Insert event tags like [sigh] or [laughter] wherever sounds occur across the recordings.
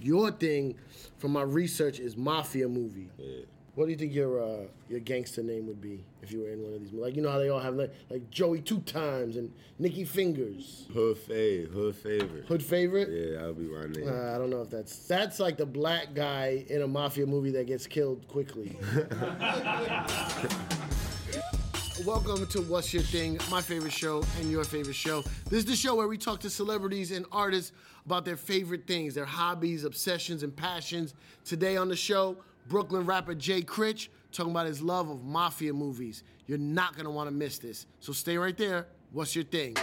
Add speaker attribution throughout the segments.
Speaker 1: your thing, from my research, is mafia movie.
Speaker 2: Yeah.
Speaker 1: What do you think your uh, your gangster name would be if you were in one of these? movies? Like you know how they all have like, like Joey Two Times and Nicky Fingers.
Speaker 2: Hood fave, hood favorite.
Speaker 1: Hood favorite.
Speaker 2: Yeah, that'll be my name.
Speaker 1: Uh, I don't know if that's that's like the black guy in a mafia movie that gets killed quickly. [laughs] Welcome to What's Your Thing, my favorite show and your favorite show. This is the show where we talk to celebrities and artists about their favorite things, their hobbies, obsessions, and passions. Today on the show, Brooklyn rapper Jay Critch talking about his love of mafia movies. You're not gonna want to miss this, so stay right there. What's your thing?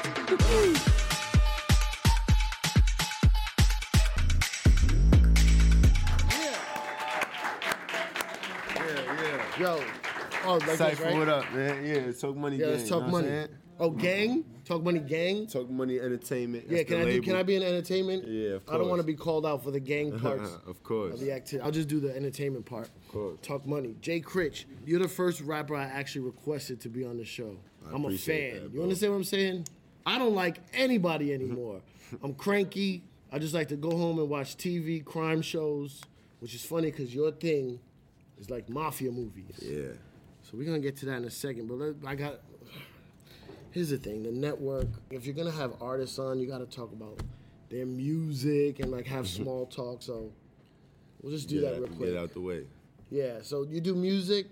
Speaker 2: yeah, yeah.
Speaker 1: Yo, oh, like this,
Speaker 2: Cypher,
Speaker 1: right?
Speaker 2: what up, man? Yeah, Talk Money
Speaker 1: Yeah,
Speaker 2: Gang.
Speaker 1: let's talk
Speaker 2: you know what I'm
Speaker 1: money.
Speaker 2: saying?
Speaker 1: Oh, gang? Talk money gang?
Speaker 2: Talk Money Entertainment.
Speaker 1: yeah,
Speaker 2: that's
Speaker 1: can
Speaker 2: the
Speaker 1: I do,
Speaker 2: label.
Speaker 1: can I be in entertainment?
Speaker 2: Yeah, of
Speaker 1: I don't want to
Speaker 2: course.
Speaker 1: be called out for the gang
Speaker 2: [laughs]
Speaker 1: parts.
Speaker 2: Uh, Of course.
Speaker 1: Of the activity. I'll just do the entertainment part. Of
Speaker 2: course.
Speaker 1: Talk money. Jay Critch, you're the first rapper I actually requested to be on the show.
Speaker 2: I
Speaker 1: I'm a
Speaker 2: appreciate
Speaker 1: fan.
Speaker 2: that,
Speaker 1: you
Speaker 2: bro.
Speaker 1: understand what I'm saying? I don't like anybody
Speaker 2: [laughs]
Speaker 1: anymore. I'm cranky. I just like to go home and watch TV, crime shows, which is funny because your thing is like mafia movies.
Speaker 2: Yeah.
Speaker 1: So we're gonna get to that in a second, but let, I got. Here's the thing: the network. If you're gonna have artists on, you gotta talk about their music and like have
Speaker 2: Mm-hmm.
Speaker 1: small talk. So we'll just do
Speaker 2: Get
Speaker 1: that
Speaker 2: out-
Speaker 1: real quick.
Speaker 2: Get out the way.
Speaker 1: Yeah. So you do music.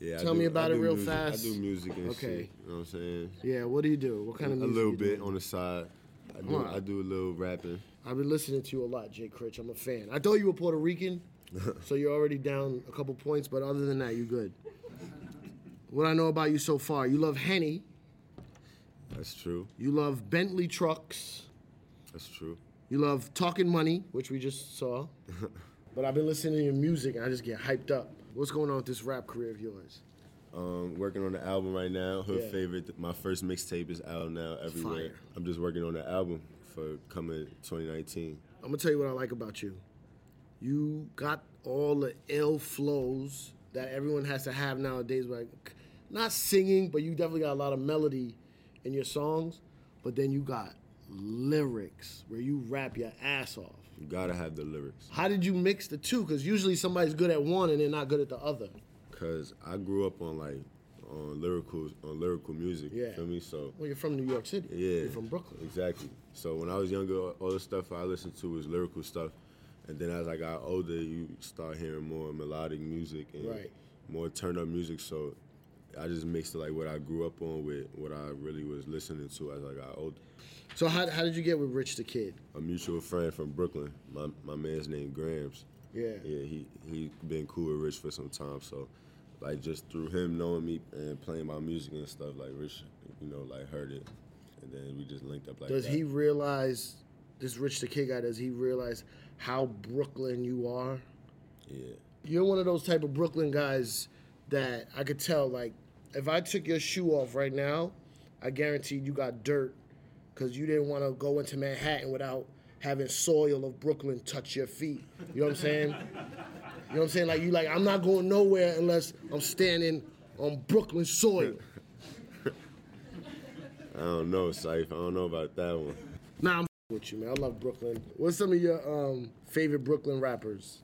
Speaker 2: Yeah. I
Speaker 1: Tell
Speaker 2: do-
Speaker 1: me
Speaker 2: I
Speaker 1: about it
Speaker 2: do
Speaker 1: real
Speaker 2: music.
Speaker 1: fast.
Speaker 2: I do music and
Speaker 1: Okay.
Speaker 2: shit. You know what I'm saying?
Speaker 1: Yeah. What do you do? What kind of
Speaker 2: a
Speaker 1: music?
Speaker 2: little
Speaker 1: you
Speaker 2: bit
Speaker 1: do?
Speaker 2: on the side. I do.
Speaker 1: Alright.
Speaker 2: I do a little rapping.
Speaker 1: I've been listening to you a lot, Jay Critch. I'm a fan. I thought you were Puerto
Speaker 2: [laughs]
Speaker 1: Rican, so you're already down a couple points. But other than that, you're good. What I know about you so far, you love Henny.
Speaker 2: That's true.
Speaker 1: You love Bentley trucks.
Speaker 2: That's true.
Speaker 1: You love Talking Money, which we just saw. but I've been listening to your music and I just get hyped up. What's going on with this rap career of yours?
Speaker 2: Um, working on the album right now. Hood
Speaker 1: Yeah.
Speaker 2: favorite. My first mixtape is out now everywhere.
Speaker 1: Fire.
Speaker 2: I'm just working on the album for coming 2019.
Speaker 1: I'm gonna tell you what I like about you. You got all the ill flows that everyone has to have nowadays, like not singing, but you definitely got a lot of melody in your songs, but then you got lyrics where you rap your ass off.
Speaker 2: You gotta have the lyrics.
Speaker 1: How did you mix the two? Because usually somebody's good at one and they're not good at the other.
Speaker 2: Cause I grew up on like on lyrical on lyrical music.
Speaker 1: Yeah.
Speaker 2: Feel me? So
Speaker 1: Well, you're from New York City.
Speaker 2: yeah.
Speaker 1: You're from Brooklyn.
Speaker 2: Exactly. So when I was younger, all the stuff I listened to was lyrical stuff. And then as I got older, you start hearing more melodic music and
Speaker 1: Right.
Speaker 2: more turn up music. So I just mixed like what I grew up on with what I really was listening to as I got older.
Speaker 1: So how, how did you get with Rich the Kid?
Speaker 2: A mutual friend from Brooklyn, my my man's named Grams.
Speaker 1: Yeah.
Speaker 2: Yeah, he he been cool with Rich for some time, so like just through him knowing me and playing my music and stuff, like Rich, you know, like heard it, and then we just linked up like
Speaker 1: Does
Speaker 2: that.
Speaker 1: he realize this Rich the Kid guy? Does he realize how Brooklyn you are?
Speaker 2: Yeah,
Speaker 1: You're one of those type of Brooklyn guys that I could tell. Like, if I took your shoe off right now, I guarantee you got dirt because you didn't want to go into Manhattan without having soil of Brooklyn touch your feet. You know what I'm saying? you know what I'm saying? Like you like I'm not going nowhere unless I'm standing on Brooklyn soil.
Speaker 2: I don't know, Syph. I don't know about that one.
Speaker 1: Nah, I'm with you, man. I love Brooklyn. What's some of your um, favorite Brooklyn rappers?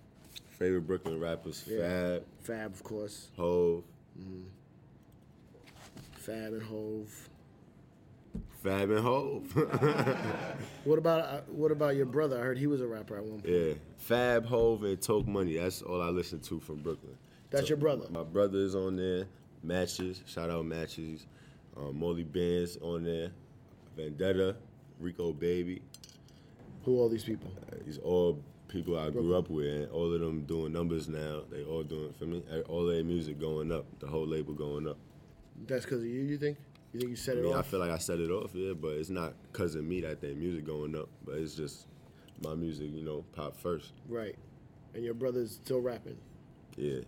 Speaker 2: Favorite Brooklyn rappers:
Speaker 1: Yeah.
Speaker 2: Fab,
Speaker 1: Fab, of course.
Speaker 2: Hove.
Speaker 1: Fab and Hove.
Speaker 2: Fab and Hove. [laughs]
Speaker 1: What about uh, what about your brother? I heard he was a rapper at one point.
Speaker 2: yeah. Fab, Hove, and Toke Money. That's all I listen to from Brooklyn.
Speaker 1: That's your brother.
Speaker 2: My brother is on there. Matches, shout out Matches. Um, Molly Benz on there. Vendetta, Rico Baby.
Speaker 1: Who all these people?
Speaker 2: These all people I grew up with, and all of them doing numbers now. They all doing for me. E, All their music going up, the whole label going up.
Speaker 1: That's because of you. You think? You think you set
Speaker 2: I
Speaker 1: it
Speaker 2: mean, I
Speaker 1: off?
Speaker 2: feel like I set it off, yeah, but it's not cause of me that their music going up, but it's just my music, you know, pop first.
Speaker 1: right. And your brother's still rapping.
Speaker 2: Yeah,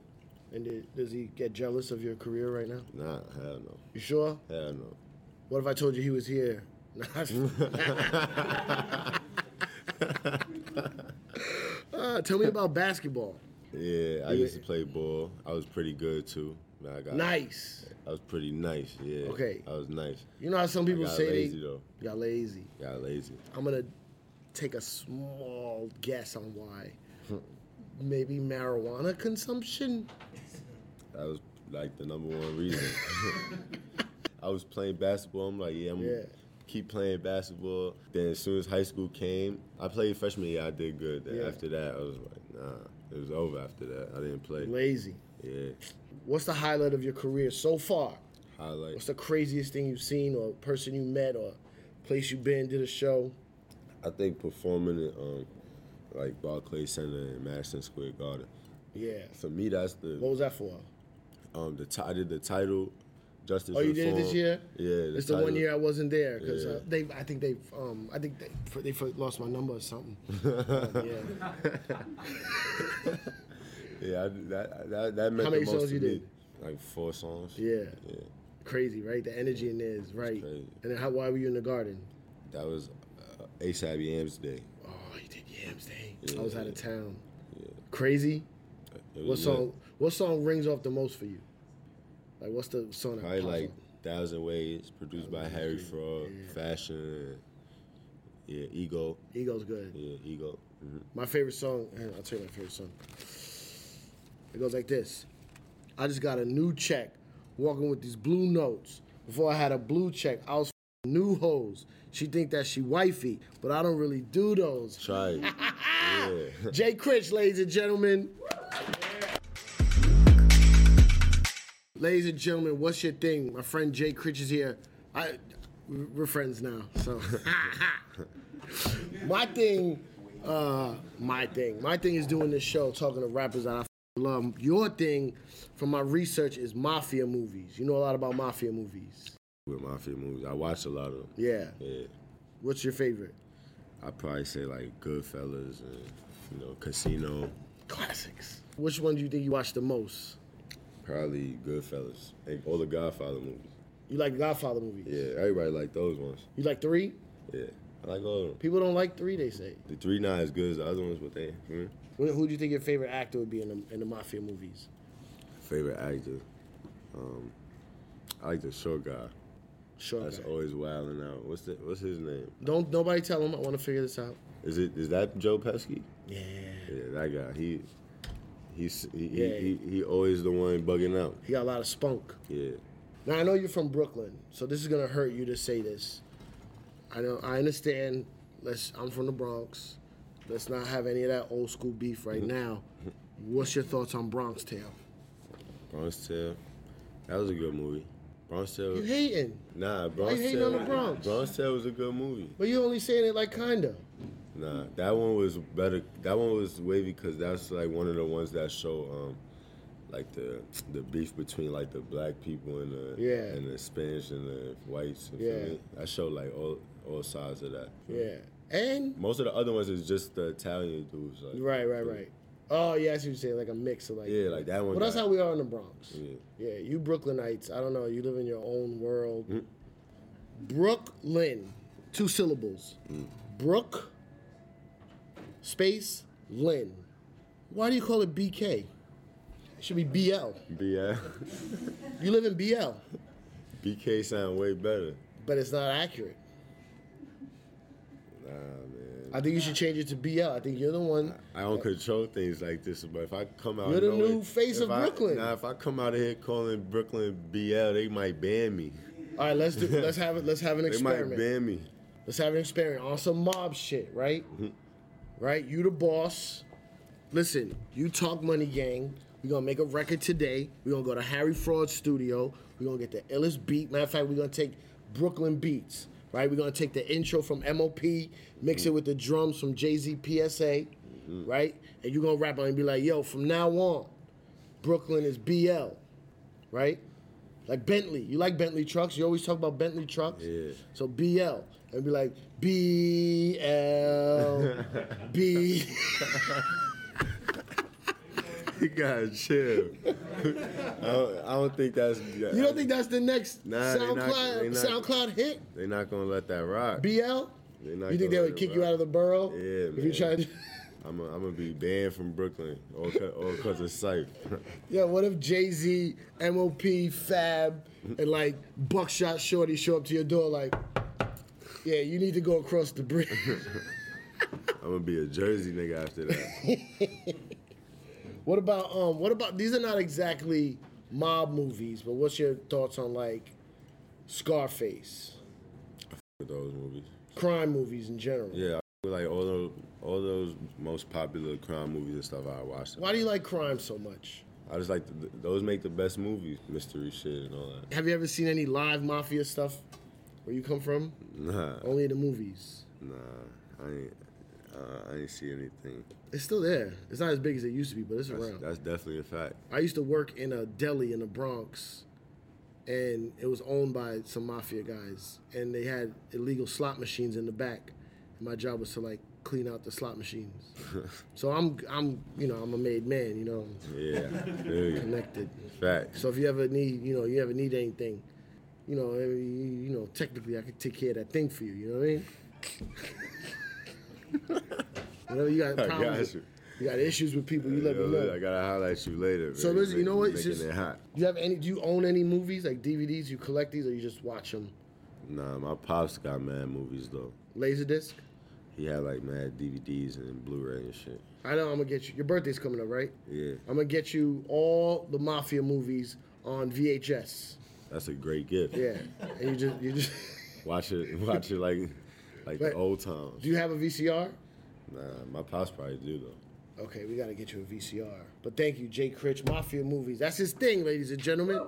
Speaker 1: And did, does he get jealous of your career right now?
Speaker 2: nah, hell no,
Speaker 1: You sure?
Speaker 2: hell no.
Speaker 1: What if I told you he was here? [laughs] Nah, [laughs] uh, tell me about basketball.
Speaker 2: Yeah, I used to play ball. I was pretty good too. Man, I got
Speaker 1: Nice.
Speaker 2: I was pretty nice. Yeah.
Speaker 1: Okay.
Speaker 2: I was nice.
Speaker 1: You know how some people
Speaker 2: got
Speaker 1: say
Speaker 2: lazy
Speaker 1: they
Speaker 2: though.
Speaker 1: got lazy.
Speaker 2: Got lazy.
Speaker 1: I'm gonna take a small guess on
Speaker 2: [laughs]
Speaker 1: why. Maybe marijuana consumption.
Speaker 2: That was like the number one
Speaker 1: [laughs]
Speaker 2: reason. I was playing basketball. I'm like, yeah, I'm
Speaker 1: Yeah.
Speaker 2: gonna keep playing basketball. Then as soon as high school came, I played freshman year. I did good. Then
Speaker 1: Yeah.
Speaker 2: after that, I was like, nah, it was over. After that, I didn't play.
Speaker 1: Lazy.
Speaker 2: Yeah,
Speaker 1: What's the highlight of your career so far?
Speaker 2: highlight.
Speaker 1: What's the craziest thing you've seen, or person you met, or place you've been, did a show?
Speaker 2: I think performing at um, like Barclays Center and Madison Square Garden.
Speaker 1: Yeah.
Speaker 2: For me, that's the
Speaker 1: What was that for?
Speaker 2: Um, the ti- I did the title, Justice.
Speaker 1: Oh, you did it this
Speaker 2: Reform.
Speaker 1: year.
Speaker 2: Yeah,
Speaker 1: it's the one
Speaker 2: title.
Speaker 1: year I wasn't there because
Speaker 2: Yeah.
Speaker 1: uh, they. I think they. Um, I think they. For, they for, lost my number or
Speaker 2: [laughs]
Speaker 1: something. yeah.
Speaker 2: Yeah, I, that, that that meant
Speaker 1: many
Speaker 2: the most
Speaker 1: songs
Speaker 2: to
Speaker 1: you
Speaker 2: me.
Speaker 1: did?
Speaker 2: Like four songs.
Speaker 1: Yeah.
Speaker 2: Yeah,
Speaker 1: Crazy, right? The energy in there is right.
Speaker 2: crazy.
Speaker 1: And then how? Why were you in the garden?
Speaker 2: that was uh, ASAP Yams Day.
Speaker 1: Oh, you did Yams Day. I
Speaker 2: Yeah.
Speaker 1: was out of town.
Speaker 2: Yeah.
Speaker 1: Crazy.
Speaker 2: It
Speaker 1: What
Speaker 2: was
Speaker 1: song? What song rings off the most for you? Like, what's the song that
Speaker 2: lit. Probably
Speaker 1: pops
Speaker 2: like
Speaker 1: up?
Speaker 2: Thousand Ways, produced by Harry Fraud, Fashion. Yeah, Ego.
Speaker 1: Ego's good.
Speaker 2: Yeah, Ego. hmm
Speaker 1: My favorite song, and I'll tell you my favorite song. It goes like this. I just got a new check, walking with these blue notes. Before I had a blue check, I was f***ing new hoes. She think that she wifey, but I don't really do those.
Speaker 2: Try it. yeah.
Speaker 1: Jay Critch, ladies and gentlemen. Ladies and gentlemen, what's your thing? My friend Jay Critch is here. I we're friends now, so [laughs] my thing, uh, my thing, my thing is doing this show, talking to rappers that I f- love. Your thing, from my research, is mafia movies. You know a lot about mafia movies.
Speaker 2: [laughs] With my favorite movies, I watch a lot of them.
Speaker 1: Yeah.
Speaker 2: Yeah.
Speaker 1: What's your favorite?
Speaker 2: I probably say like Goodfellas and you know Casino.
Speaker 1: Classics. Which one do you think you watch the most?
Speaker 2: Probably Goodfellas. Like all the Godfather movies.
Speaker 1: You like Godfather movies.
Speaker 2: Yeah, everybody like those ones.
Speaker 1: You like three?
Speaker 2: Yeah, I like all of them.
Speaker 1: People don't like three. They say.
Speaker 2: The three not as good as the other ones, but they. hmm.
Speaker 1: Who, who do you think your favorite actor would be in the, in the mafia movies?
Speaker 2: Favorite actor. Um, I like the short guy.
Speaker 1: Sure.
Speaker 2: That's always wilding out. What's the, What's his name?
Speaker 1: Don't nobody tell him. I want to figure this out.
Speaker 2: Is it? Is that Joe Pesci?
Speaker 1: Yeah.
Speaker 2: Yeah, that guy. He. He's he,
Speaker 1: Yeah.
Speaker 2: he, he, he always the one bugging out.
Speaker 1: He got a lot of spunk.
Speaker 2: Yeah.
Speaker 1: Now I know you're from Brooklyn, so this is gonna hurt you to say this. I know I understand. Let's. I'm from the Bronx. Let's not have any of that old school beef right now. What's your thoughts on Bronx Tale?
Speaker 2: Bronx Tale. That was a good movie. Bronx
Speaker 1: You
Speaker 2: Tale.
Speaker 1: hating,
Speaker 2: Nah, Bronx
Speaker 1: hating
Speaker 2: Tale.
Speaker 1: on the Bronx?
Speaker 2: Bronx Tale was a good movie.
Speaker 1: but you only saying it like kinda.
Speaker 2: Nah, that one was better. That one was wavy because that's like one of the ones that show um, like the the beef between like the black people and the
Speaker 1: Yeah.
Speaker 2: and the Spanish and the whites. You feel
Speaker 1: Yeah.
Speaker 2: me? I show like all all sides of that.
Speaker 1: Yeah. And
Speaker 2: Most of the other ones is just the Italian dudes. Like,
Speaker 1: right, right, right. Oh yeah, I see what you're saying. Like a mix of like.
Speaker 2: Yeah, like that one.
Speaker 1: Well, that's
Speaker 2: got-
Speaker 1: how we are in the Bronx.
Speaker 2: Yeah.
Speaker 1: Yeah, you Brooklynites, I don't know, you live in your own world.
Speaker 2: Mm-hmm.
Speaker 1: Brooklyn, two syllables.
Speaker 2: Mm.
Speaker 1: Brook, space, Lynn. Why do you call it BK? It should be BL.
Speaker 2: yeah. [laughs]
Speaker 1: You live in BL,
Speaker 2: BK sound way better.
Speaker 1: but it's not accurate.
Speaker 2: Nah, man.
Speaker 1: I think you should change it to BL. I think you're the one.
Speaker 2: I don't control things like this, but if I come out,
Speaker 1: You're the
Speaker 2: nowhere-
Speaker 1: new face
Speaker 2: if
Speaker 1: of
Speaker 2: I-
Speaker 1: Brooklyn.
Speaker 2: Nah, if I come out of here calling Brooklyn BL, they might ban me.
Speaker 1: All right, let's do. Let's have it. Let's have an
Speaker 2: They might
Speaker 1: experiment.
Speaker 2: ban me.
Speaker 1: Let's have an experiment on some mob shit, right? Right? You the boss. Listen, you talk money gang. We're gonna make a record today. We're gonna go to Harry Fraud Studio. We're gonna get the illest beat. Matter of fact, we're gonna take Brooklyn Beats, right? We're gonna take the intro from MOP, mix it with the drums from Jay-Z PSA, right? And you're gonna rap on it and be like, yo, from now on, Brooklyn is BL, right? Like Bentley. You like Bentley trucks. You always talk about Bentley trucks.
Speaker 2: Yeah.
Speaker 1: So BL. And be like, BL. B.
Speaker 2: [laughs] You gotta chill. I, don't, I don't think that's.
Speaker 1: You don't think that's the next
Speaker 2: Nah, they not-
Speaker 1: SoundCloud,
Speaker 2: they not-
Speaker 1: SoundCloud hit?
Speaker 2: They're not gonna let that rock.
Speaker 1: BL?
Speaker 2: They not
Speaker 1: You think they
Speaker 2: gonna
Speaker 1: would
Speaker 2: let
Speaker 1: kick
Speaker 2: it
Speaker 1: you
Speaker 2: rock.
Speaker 1: out of the borough?
Speaker 2: Yeah,
Speaker 1: If you try
Speaker 2: man.
Speaker 1: to. [laughs]
Speaker 2: I'm gonna be banned from Brooklyn, all because of [laughs] Sight.
Speaker 1: Yeah, what if Jay Z, MOP, Fab, and like
Speaker 2: [laughs]
Speaker 1: Buckshot Shorty show up to your door like, yeah, you need to go across the bridge.
Speaker 2: I'm gonna be a Jersey nigga after [laughs] that.
Speaker 1: What about um? What about these are not exactly mob movies, but what's your thoughts on like Scarface,
Speaker 2: With those movies.
Speaker 1: crime movies in general?
Speaker 2: Yeah, I feel like all those all those most popular crime movies and stuff I watched.
Speaker 1: Why do you like crime so much?
Speaker 2: I just like the, those make the best movies, mystery shit and all that.
Speaker 1: Have you ever seen any live mafia stuff where you come from?
Speaker 2: Nah,
Speaker 1: Only in the movies.
Speaker 2: nah, I ain't, uh, I ain't see anything.
Speaker 1: It's still there. It's not as big as it used to be, but it's
Speaker 2: That's,
Speaker 1: around.
Speaker 2: that's definitely a fact.
Speaker 1: I used to work in a deli in the Bronx, and it was owned by some mafia guys, and they had illegal slot machines in the back. And my job was to like clean out the slot
Speaker 2: [laughs]
Speaker 1: machines. so I'm, I'm, you know, I'm a made man, you know,
Speaker 2: [laughs] Yeah, really,
Speaker 1: connected.
Speaker 2: fact.
Speaker 1: So if you ever need, you know, you ever need anything, you know, eh, you, you know, technically I could take care of that thing for you. You know what I mean?
Speaker 2: [laughs]
Speaker 1: Whenever you got
Speaker 2: I
Speaker 1: problems,
Speaker 2: got you.
Speaker 1: you got issues with people, you let
Speaker 2: Yo,
Speaker 1: me know.
Speaker 2: I gotta highlight you later.
Speaker 1: So
Speaker 2: man.
Speaker 1: listen, you know what? It's
Speaker 2: Making
Speaker 1: just-
Speaker 2: it hot.
Speaker 1: Do you have any? Do you own any movies like DVDs? You collect these, or you just watch them?
Speaker 2: Nah, my pops got mad movies though.
Speaker 1: Laserdisc.
Speaker 2: He had like mad DVDs and Blu-ray and shit.
Speaker 1: I know I'm gonna get you. Your birthday's coming up, right?
Speaker 2: Yeah,
Speaker 1: I'm gonna get you all the mafia movies on VHS.
Speaker 2: that's a great gift.
Speaker 1: Yeah, and you just you just. [laughs]
Speaker 2: Watch it, [laughs] watch it like, like
Speaker 1: But-
Speaker 2: the old times.
Speaker 1: do you have a VCR?
Speaker 2: Nah, my pops probably do though.
Speaker 1: Okay, we gotta get you a VCR. But thank you, Jay Critch, mafia movies. That's his thing, ladies and gentlemen.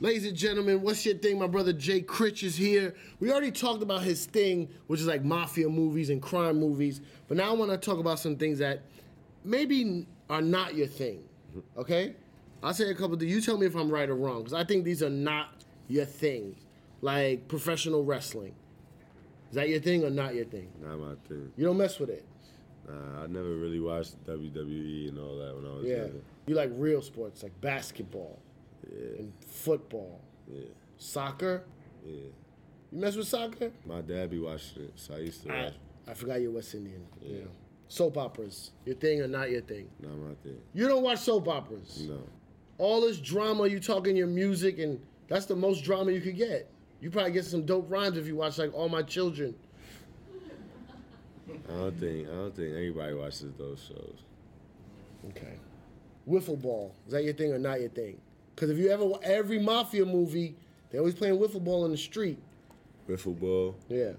Speaker 1: Ladies and gentlemen, what's your thing? My brother Jay Critch is here. We already talked about his thing, which is like mafia movies and crime movies, but now I want to talk about some things that maybe are not your thing. Okay? I'll say a couple. You tell me if I'm right or wrong, because I think these are not your thing. Like professional wrestling. Is that your thing or not your thing?
Speaker 2: Not my thing.
Speaker 1: You don't mess with it.
Speaker 2: Nah, I never really watched WWE and all that when I was
Speaker 1: Yeah.
Speaker 2: younger.
Speaker 1: You like real sports like basketball
Speaker 2: Yeah,
Speaker 1: and football,
Speaker 2: yeah,
Speaker 1: soccer.
Speaker 2: yeah.
Speaker 1: You mess with soccer?
Speaker 2: My dad be watching it, so I used to watch.
Speaker 1: I, I forgot you're West Indian. Yeah.
Speaker 2: Yeah.
Speaker 1: Soap operas, your thing or not your thing?
Speaker 2: Not my thing.
Speaker 1: You don't watch soap operas.
Speaker 2: No,
Speaker 1: All this drama, you talking your music, and that's the most drama you could get. You probably get some dope rhymes if you watch like All My Children.
Speaker 2: I don't think. I don't think anybody watches those shows.
Speaker 1: Okay. Wiffle ball. Is that your thing or not your thing? Because if you ever, every mafia movie, they always playing wiffle ball in the street.
Speaker 2: Riffle ball.
Speaker 1: Yeah.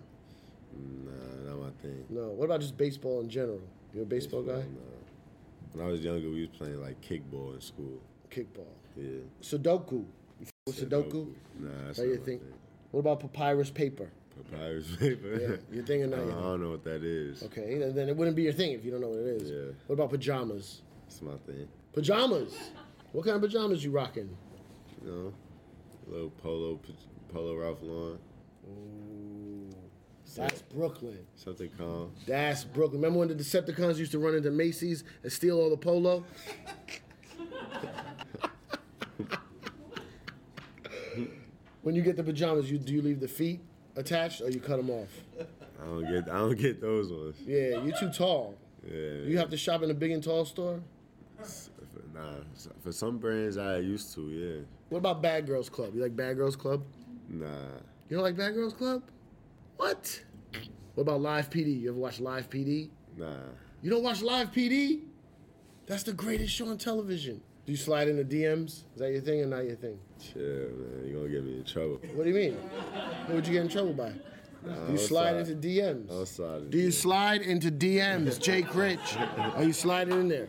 Speaker 2: Nah, not my thing.
Speaker 1: No. What about just baseball in general? You're a baseball guy?
Speaker 2: Nah. When I was younger, we was playing like kickball in school.
Speaker 1: Kickball.
Speaker 2: Yeah.
Speaker 1: Sudoku. You f- with Sudoku?
Speaker 2: Nah,
Speaker 1: Is
Speaker 2: that's
Speaker 1: that your
Speaker 2: not my
Speaker 1: thing?
Speaker 2: thing.
Speaker 1: What about papyrus [laughs] paper?
Speaker 2: Papyrus paper. [laughs]
Speaker 1: Yeah, your thing or not
Speaker 2: I
Speaker 1: your
Speaker 2: don't, I
Speaker 1: thing?
Speaker 2: don't know what that is.
Speaker 1: Okay, then- then it wouldn't be your thing if you don't know what it is.
Speaker 2: Yeah.
Speaker 1: What about pajamas?
Speaker 2: It's my thing.
Speaker 1: Pajamas. What kind of pajamas you rocking?
Speaker 2: You know, little polo, polo Ralph Lauren,
Speaker 1: Ooh, that's Brooklyn.
Speaker 2: something calm.
Speaker 1: That's Brooklyn. Remember when the Decepticons used to run into Macy's and steal all the polo? when you get the pajamas, you do you leave the feet attached or you cut them off?
Speaker 2: I don't get. I don't get those ones.
Speaker 1: Yeah, you're too tall.
Speaker 2: Yeah.
Speaker 1: You have to shop in a big and tall store.
Speaker 2: Nah, for some brands I used to, yeah.
Speaker 1: What about Bad Girls Club? You like Bad Girls Club?
Speaker 2: Nah,
Speaker 1: You don't like Bad Girls Club? What? What about Live PD? You ever watch Live PD?
Speaker 2: nah.
Speaker 1: You don't watch Live PD? That's the greatest show on television. Do you slide in the DMs? Is that your thing or not your thing?
Speaker 2: Chill, man. You're gonna get me in trouble.
Speaker 1: What do you mean? What would you get in trouble by? Do you
Speaker 2: I'll
Speaker 1: slide
Speaker 2: slide.
Speaker 1: into DMs?
Speaker 2: I'll slide in
Speaker 1: Do you
Speaker 2: there.
Speaker 1: slide into DMs, Jake Rich? Are you sliding in there?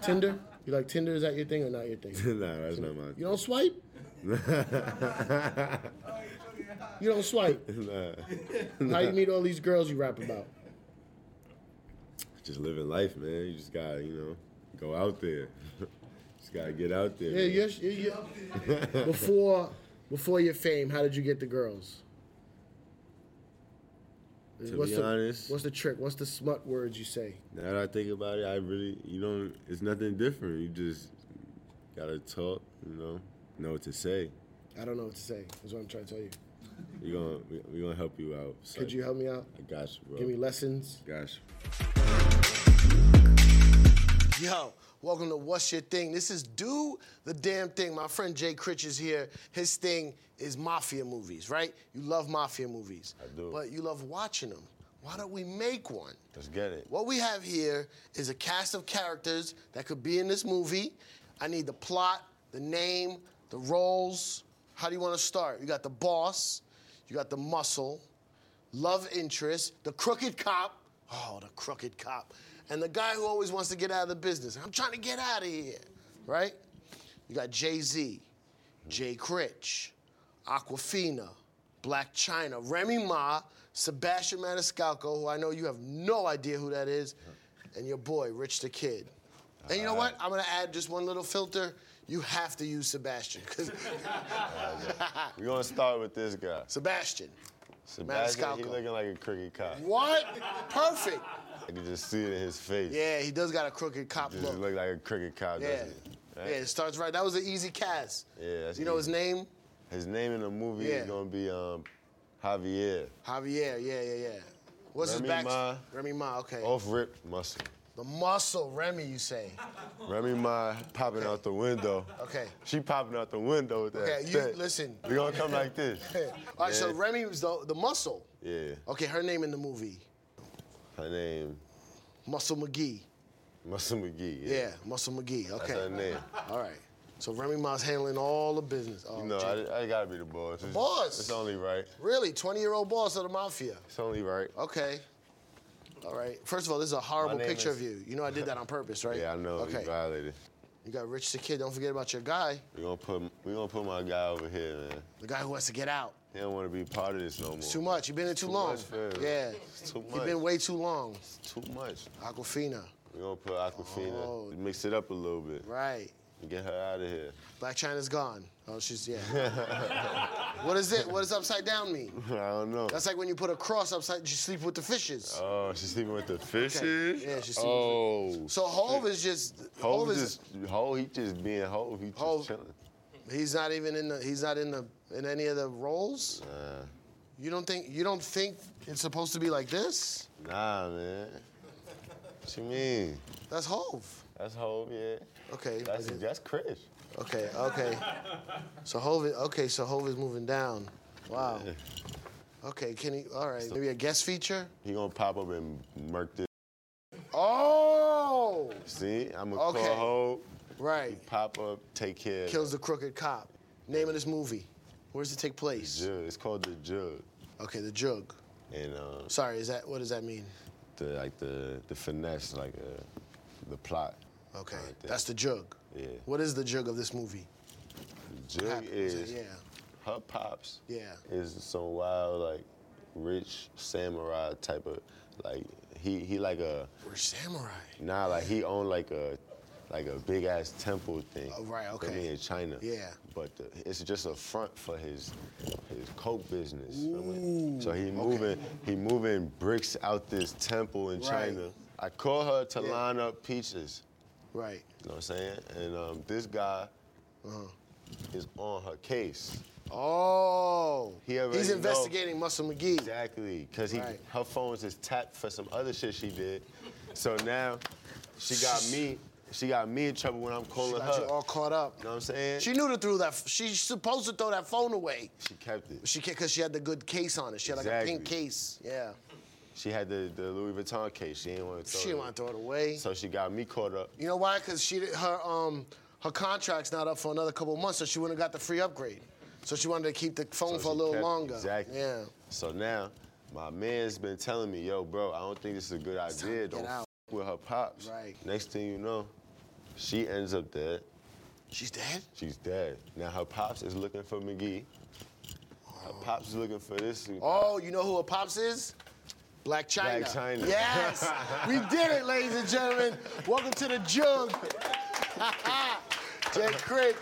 Speaker 1: Tinder? You like Tinder? Is that your thing or not your thing?
Speaker 2: [laughs] nah, that's not my.
Speaker 1: You don't swipe? you don't swipe.
Speaker 2: [laughs]
Speaker 1: [laughs]
Speaker 2: Nah,
Speaker 1: How you meet all these girls you rap about?
Speaker 2: just living life, man. You just gotta, you know, go out there. [laughs] just gotta get out there.
Speaker 1: Yeah,
Speaker 2: man.
Speaker 1: yes, yeah, yeah. [laughs] Before, before your fame, how did you get the girls?
Speaker 2: To
Speaker 1: what's
Speaker 2: be
Speaker 1: the,
Speaker 2: honest,
Speaker 1: what's the trick? What's the smut words you say?
Speaker 2: now that I think about it, I really, you don't. It's nothing different. You just gotta talk. You know, know what to say.
Speaker 1: I don't know what to say. Is what I'm trying to tell you.
Speaker 2: We gonna we, we gonna help you out. It's
Speaker 1: Could
Speaker 2: like,
Speaker 1: you help me out?
Speaker 2: I got you, bro.
Speaker 1: Give me lessons.
Speaker 2: Gosh.
Speaker 1: Yo, welcome to What's Your Thing. This is Do the Damn Thing. My friend Jay Critch is here. His thing is mafia movies, right? You love mafia movies.
Speaker 3: I do.
Speaker 1: But you love watching them. Why don't we make one?
Speaker 3: Let's get it.
Speaker 1: What we have here is a cast of characters that could be in this movie. I need the plot, the name, the roles. How do you want to start? You got the boss, you got the muscle, love interest, the crooked cop. Oh, the crooked cop. And the guy who always wants to get out of the business. I'm trying to get out of here, right? You got Jay Z, Jay Critch, Aquafina, Black China, Remy Ma, Sebastian Maniscalco, who I know you have no idea who that is, and your boy, Rich the Kid. And you know what? I'm gonna add just one little filter. You have to use Sebastian, 'cause- [laughs]
Speaker 2: We're gonna start with this guy.
Speaker 1: Sebastian.
Speaker 2: Sebastian, he
Speaker 1: Maniscalco.
Speaker 2: looking like a crooked cop.
Speaker 1: What? Perfect.
Speaker 2: I can just see it in his face.
Speaker 1: Yeah, he does got a crooked cop
Speaker 2: Just look.
Speaker 1: look.
Speaker 2: like a crooked cop,
Speaker 1: Yeah.
Speaker 2: doesn't it?
Speaker 1: Yeah, it starts right. That was an easy cast.
Speaker 2: Yeah, that's
Speaker 1: You know his
Speaker 2: easy.
Speaker 1: name?
Speaker 2: His name in the movie
Speaker 1: Yeah.
Speaker 2: is gonna be um, Javier.
Speaker 1: Javier. Yeah, yeah, yeah. What's
Speaker 2: Remy
Speaker 1: his back?
Speaker 2: Ma.
Speaker 1: Remy Ma. Okay.
Speaker 2: Off rip muscle.
Speaker 1: The muscle, Remy. You say?
Speaker 2: Remy Ma popping out the window.
Speaker 1: Okay.
Speaker 2: She popping out the window with that.
Speaker 1: Okay, you-
Speaker 2: thing.
Speaker 1: listen.
Speaker 2: We gonna come like this.
Speaker 1: [laughs] All right. So
Speaker 2: Yeah.
Speaker 1: Remy was the the muscle.
Speaker 2: Yeah.
Speaker 1: Okay, her name in the movie,
Speaker 2: Her name
Speaker 1: Muscle McGee.
Speaker 2: Muscle McGee.
Speaker 1: Yeah, Muscle McGee.
Speaker 2: That's
Speaker 1: Okay.
Speaker 2: her name.
Speaker 1: All right. So Remy Ma's handling all the business. Oh,
Speaker 2: You know,
Speaker 1: gee.
Speaker 2: I, I gotta be the boss. It's-
Speaker 1: boss?
Speaker 2: It's only right.
Speaker 1: really, 20 year old boss of the mafia.
Speaker 2: It's only right.
Speaker 1: Okay. All right. First of all, this is a horrible
Speaker 2: name
Speaker 1: picture
Speaker 2: is-
Speaker 1: of you. You know I did that on purpose, right?
Speaker 2: [laughs] Yeah, I know.
Speaker 1: Okay.
Speaker 2: You violated.
Speaker 1: You got Rich the Kid. Don't forget about your guy,
Speaker 2: We gonna put we gonna put my guy over here, man.
Speaker 1: the guy who wants to get out.
Speaker 2: He don't want to be part of this no more.
Speaker 1: It's too much. You've been in too,
Speaker 2: Too
Speaker 1: long.
Speaker 2: much, man.
Speaker 1: yeah.
Speaker 2: It's too
Speaker 1: You've
Speaker 2: much.
Speaker 1: been way too long.
Speaker 2: Too much.
Speaker 1: Aquafina.
Speaker 2: We gonna put Aquafina,
Speaker 1: Oh.
Speaker 2: mix it up a little bit,
Speaker 1: Right.
Speaker 2: and get her out of here. [laughs]
Speaker 1: Black China's gone. Oh, she's yeah.
Speaker 2: [laughs]
Speaker 1: what is it? What does upside down mean?
Speaker 2: I don't know.
Speaker 1: That's like when you put a cross upside. You sleep with the fishes.
Speaker 2: oh, she's sleeping with the fishes.
Speaker 1: Yeah, she's sleeping
Speaker 2: Oh,
Speaker 1: So Hove is just Hove,
Speaker 2: Hove
Speaker 1: is
Speaker 2: just Hove. He just being Hove. He just
Speaker 1: Hov-
Speaker 2: chilling.
Speaker 1: he's not even in the he's not in the in any of the roles.
Speaker 2: Nah.
Speaker 1: You don't think you don't think it's supposed to be like this?
Speaker 2: Nah, man. What you mean?
Speaker 1: That's Hove.
Speaker 2: That's Hove, yeah.
Speaker 1: Okay.
Speaker 2: That's that's Chris.
Speaker 1: Okay. Okay. So Hove. is- Okay. So Hove is moving down. Wow. Okay. Can he? All right. Maybe a guest feature.
Speaker 2: He gonna pop up and murk this.
Speaker 1: Oh.
Speaker 2: See, I'm gonna
Speaker 1: Okay.
Speaker 2: call Hove.
Speaker 1: Right.
Speaker 2: Pop up, take care. of
Speaker 1: Kills the crooked cop. Name of this movie. Where does it take
Speaker 2: the
Speaker 1: place?
Speaker 2: jug. It's called the jug,
Speaker 1: Okay. The Jug.
Speaker 2: and um,
Speaker 1: Sorry. Is that what does that mean?
Speaker 2: the like the the finesse, like uh, the plot.
Speaker 1: Okay.
Speaker 2: Right there.
Speaker 1: That's the Jug.
Speaker 2: Yeah.
Speaker 1: What is the Jug of this movie?
Speaker 2: The jug
Speaker 1: Happens,
Speaker 2: is
Speaker 1: Yeah.
Speaker 2: her pops.
Speaker 1: Yeah.
Speaker 2: Is some wild like rich samurai type of like he he like a
Speaker 1: We're samurai.
Speaker 2: nah like he owned like a like a big ass temple thing.
Speaker 1: Oh, right,
Speaker 2: I
Speaker 1: okay.
Speaker 2: mean, in China.
Speaker 1: Yeah.
Speaker 2: But the, it's just a front for his his coke business. Feel me? So he moving he moving bricks out this temple in
Speaker 1: Right.
Speaker 2: China. I call her to
Speaker 1: Yeah.
Speaker 2: line up peaches.
Speaker 1: Right.
Speaker 2: You know what I'm saying? And um, this guy
Speaker 1: Uh-huh.
Speaker 2: is on her case.
Speaker 1: Oh.
Speaker 2: He already
Speaker 1: He's
Speaker 2: know-
Speaker 1: investigating Muscle McGee.
Speaker 2: Exactly, because he
Speaker 1: Right.
Speaker 2: her phone's is tapped for some other shit she did. So now she got me. She got me in trouble when I'm calling
Speaker 1: Got
Speaker 2: her.
Speaker 1: you all caught up.
Speaker 2: you know what I'm saying?
Speaker 1: She knew to throw that. She's supposed to throw that phone away.
Speaker 2: She kept it.
Speaker 1: She because she had the good case on it. She had like a pink
Speaker 2: Exactly.
Speaker 1: case. Yeah.
Speaker 2: She had the, the Louis Vuitton case. She didn't want to throw
Speaker 1: She
Speaker 2: it.
Speaker 1: didn't want to throw it away.
Speaker 2: So she got me caught up.
Speaker 1: you know why? Because she did- her um her contract's not up for another couple months, so she wouldn't have got the free upgrade. So she wanted to keep the phone
Speaker 2: So
Speaker 1: for a
Speaker 2: she
Speaker 1: little
Speaker 2: kept-
Speaker 1: longer.
Speaker 2: Exactly.
Speaker 1: Yeah.
Speaker 2: So now my man's been telling me, yo, bro, I don't think this is a good
Speaker 1: time to
Speaker 2: idea.
Speaker 1: get
Speaker 2: Don't
Speaker 1: out."
Speaker 2: f- with her pops.
Speaker 1: Right.
Speaker 2: Next thing you know, she ends up dead.
Speaker 1: She's dead.
Speaker 2: She's dead. Now her pops is looking for McGee. Her pops is looking for this.
Speaker 1: Oh, you know who her pops is? Black China.
Speaker 2: Blac Chyna. [laughs]
Speaker 1: Yes, we did it, ladies and gentlemen. Welcome to the jug. [laughs] Jay Critch,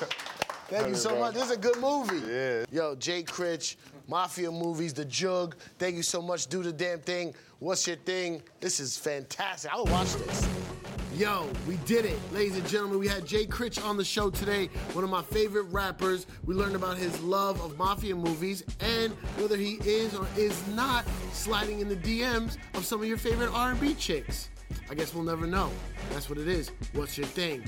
Speaker 1: thank you so much. This is a good movie.
Speaker 2: Yeah.
Speaker 1: Yo, Jay Critch, Mafia Movies, The Jug. Thank you so much. Do the damn thing. What's your thing? This is fantastic. I would watch this. Yo, we did it. Ladies and gentlemen, we had Jay Critch on the show today, one of my favorite rappers. We learned about his love of mafia movies and whether he is or is not sliding in the DMs of some of your favorite R&B chicks. I guess we'll never know. That's what it is. What's your thing?